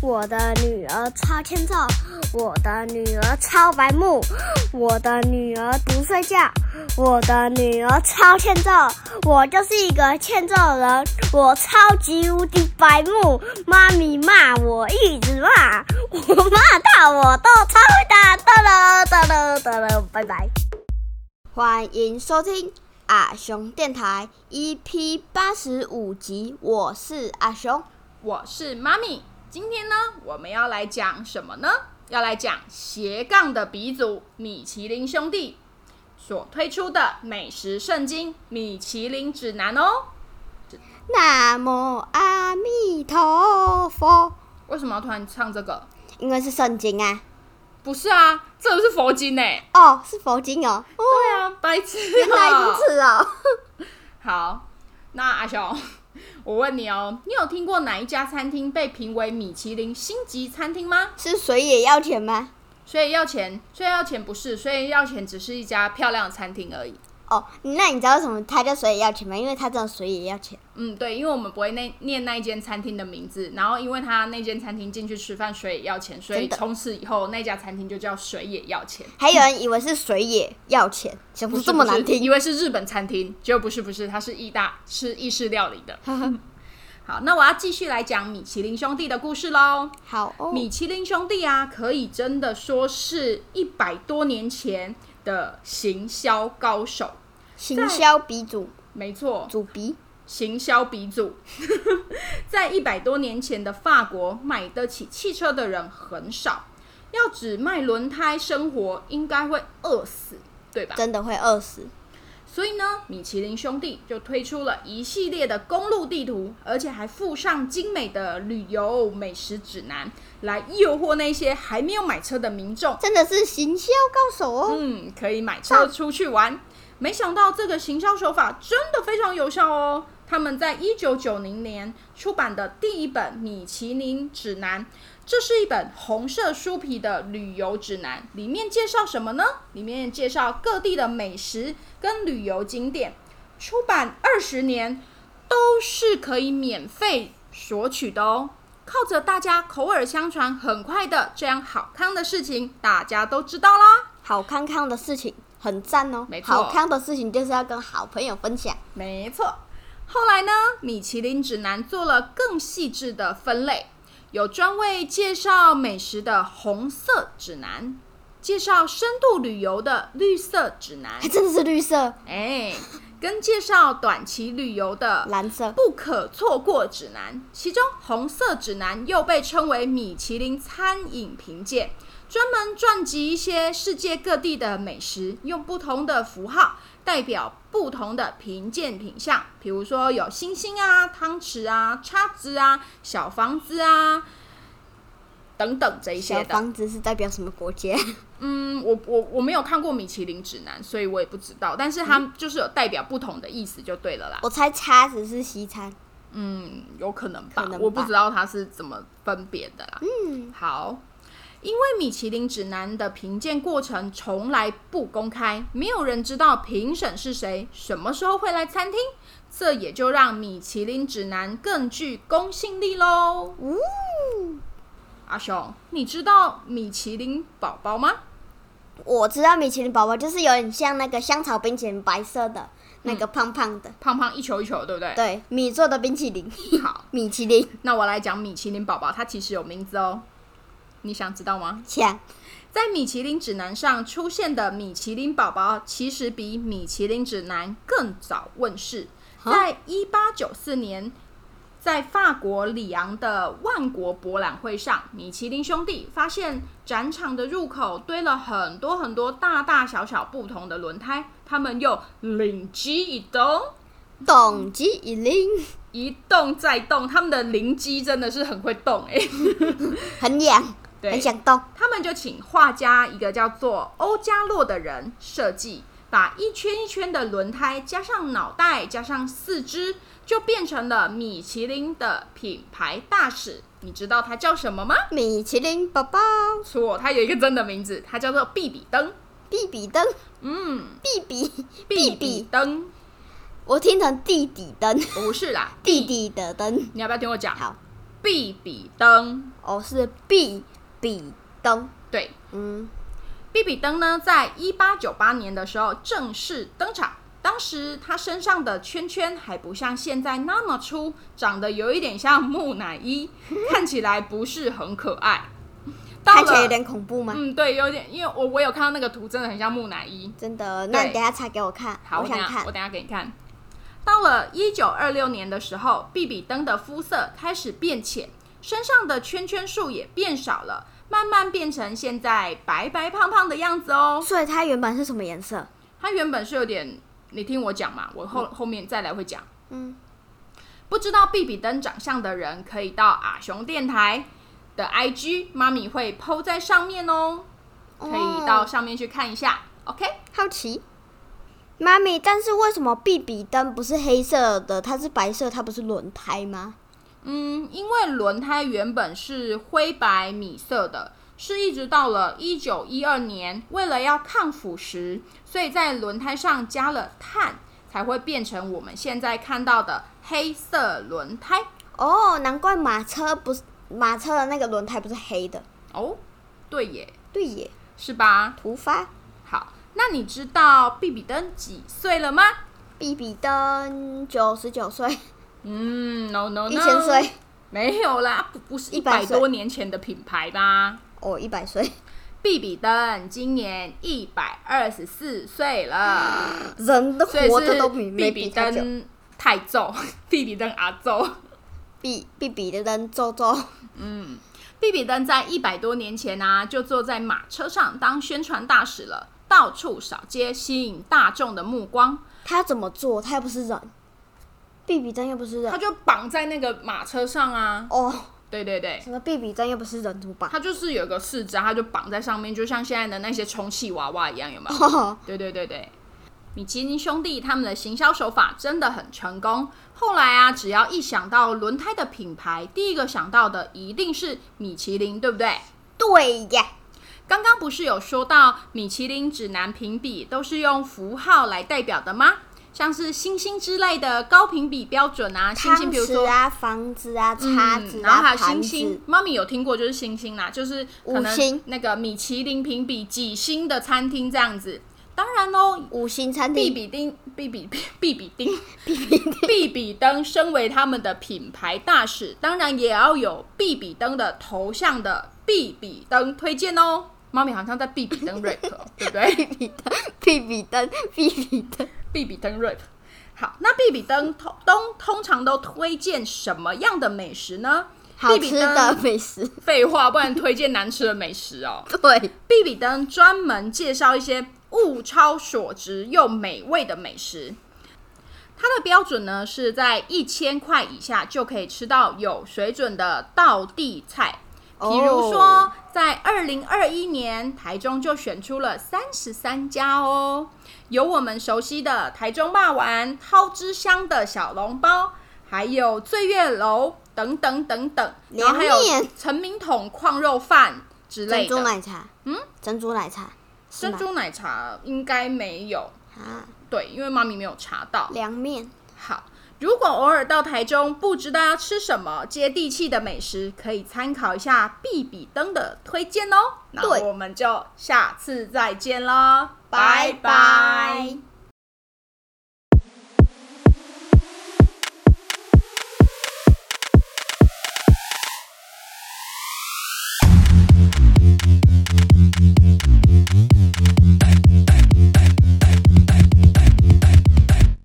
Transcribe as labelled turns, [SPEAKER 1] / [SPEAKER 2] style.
[SPEAKER 1] 我的女儿超欠揍，我的女儿超白目，我的女儿不睡觉，我的女儿超欠揍，我就是一个欠揍人，我超级无敌白目，妈咪骂我一直骂，我骂到我都超会打，哒了哒了哒了，拜拜。
[SPEAKER 2] 欢迎收听阿雄电台 EP 八十五集，我是阿雄。
[SPEAKER 3] 我是妈咪。今天呢，我们要来讲什么呢？要来讲斜杠的鼻祖米其林兄弟所推出的美食圣经《米其林指南》哦。
[SPEAKER 2] 南无阿弥陀佛，
[SPEAKER 3] 为什么要突然唱这个？
[SPEAKER 2] 因为是圣经啊。
[SPEAKER 3] 不是啊，这不是佛经呢、
[SPEAKER 2] 哦，是佛经哦。哦
[SPEAKER 3] 对啊，白痴、啊。
[SPEAKER 2] 原来如此哦。
[SPEAKER 3] 好，那阿雄，我问你哦，你有听过哪一家餐厅被评为米其林星级餐厅吗？
[SPEAKER 2] 是水也要钱吗？
[SPEAKER 3] 所以要钱，所以要钱不是，所以要钱只是一家漂亮的餐厅而已。
[SPEAKER 2] 哦，那你知道为什么它叫水也要钱吗？因为它叫水也要钱。
[SPEAKER 3] 嗯，对，因为我们不会那念那一间餐厅的名字，然后因为他那间餐厅进去吃饭，水也要钱，所以
[SPEAKER 2] 真的
[SPEAKER 3] 从此以后那家餐厅就叫水也要钱。
[SPEAKER 2] 还有人以为是水也要钱，想不
[SPEAKER 3] 不
[SPEAKER 2] 这么难
[SPEAKER 3] 是
[SPEAKER 2] 听。
[SPEAKER 3] 以为是日本餐厅，结果不是，不是，它是意大是意式料理的。 好，那我要继续来讲米其林兄弟的故事喽。
[SPEAKER 2] 好哦，
[SPEAKER 3] 米其林兄弟啊，可以真的说是一百多年前的行销高手，
[SPEAKER 2] 行销鼻祖
[SPEAKER 3] 没错，
[SPEAKER 2] 祖鼻，
[SPEAKER 3] 行销鼻祖， 在一百多年前的法国，买得起汽车的人很少，要只卖轮胎生活，应该会饿死，对吧？
[SPEAKER 2] 真的会饿死。
[SPEAKER 3] 所以呢，米其林兄弟就推出了一系列的公路地图，而且还附上精美的旅游美食指南，来诱惑那些还没有买车的民众。
[SPEAKER 2] 真的是行销高手哦。
[SPEAKER 3] 嗯，可以买车出去玩。没想到这个行销手法真的非常有效哦。他们在一九九零年出版的第一本《米其林指南》，这是一本红色书皮的旅游指南，里面介绍什么呢？里面介绍各地的美食跟旅游景点。出版二十年都是可以免费索取的哦。靠着大家口耳相传，很快的，这样好康的事情大家都知道啦。
[SPEAKER 2] 好康康的事情很赞哦
[SPEAKER 3] 没，错
[SPEAKER 2] 好康的事情就是要跟好朋友分享。
[SPEAKER 3] 没错。后来呢，米其林指南做了更细致的分类，有专为介绍美食的红色指南，介绍深度旅游的绿色指南
[SPEAKER 2] 还，真的是绿色、
[SPEAKER 3] 哎，跟介绍短期旅游的
[SPEAKER 2] 蓝色，
[SPEAKER 3] 不可错过指南，其中红色指南又被称为米其林餐饮评鉴，专门撰集一些世界各地的美食，用不同的符号代表不同的评鉴品项，比如说有星星啊、汤匙啊、叉子啊、小房子啊等等这一
[SPEAKER 2] 小
[SPEAKER 3] 些的。
[SPEAKER 2] 房子是代表什么国家？
[SPEAKER 3] 嗯，我我我没有看过米其林指南，所以我也不知道，但是
[SPEAKER 2] 嗯
[SPEAKER 3] 它就是有代表不同的意思就对了啦。
[SPEAKER 2] 我猜叉子是西餐。
[SPEAKER 3] 嗯，有可能
[SPEAKER 2] 可
[SPEAKER 3] 吧，
[SPEAKER 2] 能吧
[SPEAKER 3] 我不知道它是怎么分别的啦。嗯，好，因为米其林指南的评鉴过程从来不公开，没有人知道评审是谁，什么时候会来餐厅，这也就让米其林指南更具公信力喽。
[SPEAKER 2] 呜、
[SPEAKER 3] 阿雄，你知道米其林宝宝吗？
[SPEAKER 2] 我知道米其林宝宝就是有点像那个香草冰淇淋，白色的
[SPEAKER 3] 嗯
[SPEAKER 2] 那个胖胖的，
[SPEAKER 3] 胖胖一球一球，对不对？
[SPEAKER 2] 对，米做的冰淇淋，
[SPEAKER 3] 好，
[SPEAKER 2] 米其林
[SPEAKER 3] 那我来讲米其林宝宝，它其实有名字哦，你想知道吗？
[SPEAKER 2] 像
[SPEAKER 3] 在米其林指南上出现的米其林宝宝，其实比米其林指南更早问世。
[SPEAKER 2] 啊
[SPEAKER 3] 在一八九四年，在法国里昂的万国博览会上，米其林兄弟发现展场的入口堆了很多很多大大小小不同的轮胎，他们又灵机一动，
[SPEAKER 2] 董吉一 零，
[SPEAKER 3] 一动再动，他们的灵机真的是很会动哎、
[SPEAKER 2] 很痒，
[SPEAKER 3] 对
[SPEAKER 2] 很想动，
[SPEAKER 3] 他们就请画家一个叫做欧加洛的人设计，把一圈一圈的轮胎加上脑袋加上四肢，就变成了米其林的品牌大使。你知道它叫什么吗？
[SPEAKER 2] 米其林宝宝，
[SPEAKER 3] 错，它有一个真的名字，它叫做比比登。
[SPEAKER 2] 比比登，
[SPEAKER 3] 嗯，
[SPEAKER 2] 比比
[SPEAKER 3] 比
[SPEAKER 2] 比
[SPEAKER 3] 比
[SPEAKER 2] 比，
[SPEAKER 3] 登
[SPEAKER 2] 我听成地底灯，
[SPEAKER 3] 不是啦，
[SPEAKER 2] 地底的灯，
[SPEAKER 3] 你要不要听我讲？
[SPEAKER 2] 好，
[SPEAKER 3] 必比登。
[SPEAKER 2] 哦，是必比登。
[SPEAKER 3] 对，
[SPEAKER 2] 嗯，
[SPEAKER 3] 比比登呢，在一八九八年的时候正式登场。当时他身上的圈圈还不像现在那么粗，长得有一点像木乃 伊，看起来不是很可爱。到
[SPEAKER 2] 看起来有
[SPEAKER 3] 了，
[SPEAKER 2] 点恐怖吗？
[SPEAKER 3] 嗯，对，有点，因为我我有看到那个图，真的很像木乃伊。
[SPEAKER 2] 真的，那你
[SPEAKER 3] 对
[SPEAKER 2] 等一下查给我看，
[SPEAKER 3] 好，我等
[SPEAKER 2] 想
[SPEAKER 3] 下
[SPEAKER 2] 看
[SPEAKER 3] 我。等下给你看。到了一九二六年的时候，比比登的肤色开始变浅，身上的圈圈数也变少了，慢慢变成现在白白胖胖的样子哦。
[SPEAKER 2] 所以它原本是什么颜色？
[SPEAKER 3] 它原本是有点，你听我讲嘛，我后后面再来会讲。
[SPEAKER 2] 嗯，
[SPEAKER 3] 不知道比比登长相的人，可以到阿雄电台的 IG，妈咪会 PO 在上面哦，可以到
[SPEAKER 2] 哦
[SPEAKER 3] 上面去看一下。OK，
[SPEAKER 2] 好奇。妈咪，但是为什么比比灯不是黑色的，它是白色，它不是轮胎吗？
[SPEAKER 3] 嗯，因为轮胎原本是灰白米色的，是一直到了一九一二年，为了要抗腐蚀，所以在轮胎上加了碳，才会变成我们现在看到的黑色轮胎。
[SPEAKER 2] 哦，难怪马车不是马车的那个轮胎不是黑的，
[SPEAKER 3] 哦，对耶，
[SPEAKER 2] 对耶，
[SPEAKER 3] 是吧？
[SPEAKER 2] 突发。
[SPEAKER 3] 好，那你知道比比登几岁了吗？
[SPEAKER 2] 比比登九十九岁，
[SPEAKER 3] 嗯，no no no，
[SPEAKER 2] 一千岁，
[SPEAKER 3] 没有啦，不不是一
[SPEAKER 2] 一百
[SPEAKER 3] 百
[SPEAKER 2] 岁
[SPEAKER 3] 多年前的品牌吧？
[SPEAKER 2] 哦，一百 岁，
[SPEAKER 3] 比比登今年一百二十四 岁了，
[SPEAKER 2] 人的
[SPEAKER 3] 所以
[SPEAKER 2] 活着都比
[SPEAKER 3] 是
[SPEAKER 2] 没
[SPEAKER 3] 比
[SPEAKER 2] 比
[SPEAKER 3] 比
[SPEAKER 2] 他久。
[SPEAKER 3] 登太 揍，比比登阿揍。
[SPEAKER 2] 比比比登周周，
[SPEAKER 3] 比比登在一百多年前啊，就坐在马车上当宣传大使了，到处扫街，吸引大众的目光。
[SPEAKER 2] 他怎么做？他又不是人，比比登又不是
[SPEAKER 3] 他
[SPEAKER 2] 人。
[SPEAKER 3] 就绑在那个马车上啊，
[SPEAKER 2] 哦，
[SPEAKER 3] 对对对，
[SPEAKER 2] 什么比比登又不是人，怎么办？
[SPEAKER 3] 它就是有一个四肢啊，它就绑在上面，就像现在的那些充气娃娃一样，有没有？
[SPEAKER 2] 哦，
[SPEAKER 3] 对对对对，米其林兄弟他们的行销手法真的很成功。后来啊，只要一想到轮胎的品牌，第一个想到的一定是米其林，对不对？
[SPEAKER 2] 对呀，
[SPEAKER 3] 刚刚不是有说到米其林指南评比都是用符号来代表的吗？像是星星之类的高评比标准啊，星
[SPEAKER 2] 汤
[SPEAKER 3] 星比如
[SPEAKER 2] 匙
[SPEAKER 3] 说
[SPEAKER 2] 啊，房子啊，叉
[SPEAKER 3] 嗯
[SPEAKER 2] 子
[SPEAKER 3] 然后还
[SPEAKER 2] 啊，
[SPEAKER 3] 有
[SPEAKER 2] 盘
[SPEAKER 3] 星
[SPEAKER 2] 子
[SPEAKER 3] 星，，妈咪有听过，就是星星啦，就是可
[SPEAKER 2] 五
[SPEAKER 3] 能
[SPEAKER 2] 星
[SPEAKER 3] 那个米其林评比几星的餐厅这样子。当然喽，
[SPEAKER 2] 五星餐
[SPEAKER 3] 必
[SPEAKER 2] 厅，
[SPEAKER 3] 比丁、必比必比丁、必比必比登，身为他们的品牌大使，当然也要有必比登的头像的必比登推荐哦。妈咪好像在必比登 rap，哦对不对？
[SPEAKER 2] 比比登，比比登，
[SPEAKER 3] 必比登 rap。好，那必比登通通通常都推荐什么样的美食呢？
[SPEAKER 2] 好
[SPEAKER 3] 必比
[SPEAKER 2] 吃
[SPEAKER 3] 登
[SPEAKER 2] 的美食，
[SPEAKER 3] 废话，不然推荐难吃的美食哦。
[SPEAKER 2] 对，
[SPEAKER 3] 比比登专门介绍一些物超所值又美味的美食。它的标准呢是在一千块以下就可以吃到有水准的道地菜，比如
[SPEAKER 2] 哦
[SPEAKER 3] 说在二零二一年，台中就选出了三十三家哦，有我们熟悉的台中霸丸、掏汁香的小笼包，还有醉月楼等等等等，然后还有
[SPEAKER 2] 凉面
[SPEAKER 3] 陈明统矿肉饭之类
[SPEAKER 2] 珍
[SPEAKER 3] 的
[SPEAKER 2] 珠。奶茶，
[SPEAKER 3] 嗯，
[SPEAKER 2] 珍珠奶茶，是
[SPEAKER 3] 珍
[SPEAKER 2] 吗
[SPEAKER 3] 珠奶茶应该没有，
[SPEAKER 2] 啊，
[SPEAKER 3] 对，因为妈咪没有查到。
[SPEAKER 2] 凉面，
[SPEAKER 3] 好，如果偶尔到台中不知道要吃什么接地气的美食，可以参考一下必比登的推荐哦。那
[SPEAKER 2] 对
[SPEAKER 3] 我们就下次再见喽，
[SPEAKER 2] 拜
[SPEAKER 3] 拜拜
[SPEAKER 2] 拜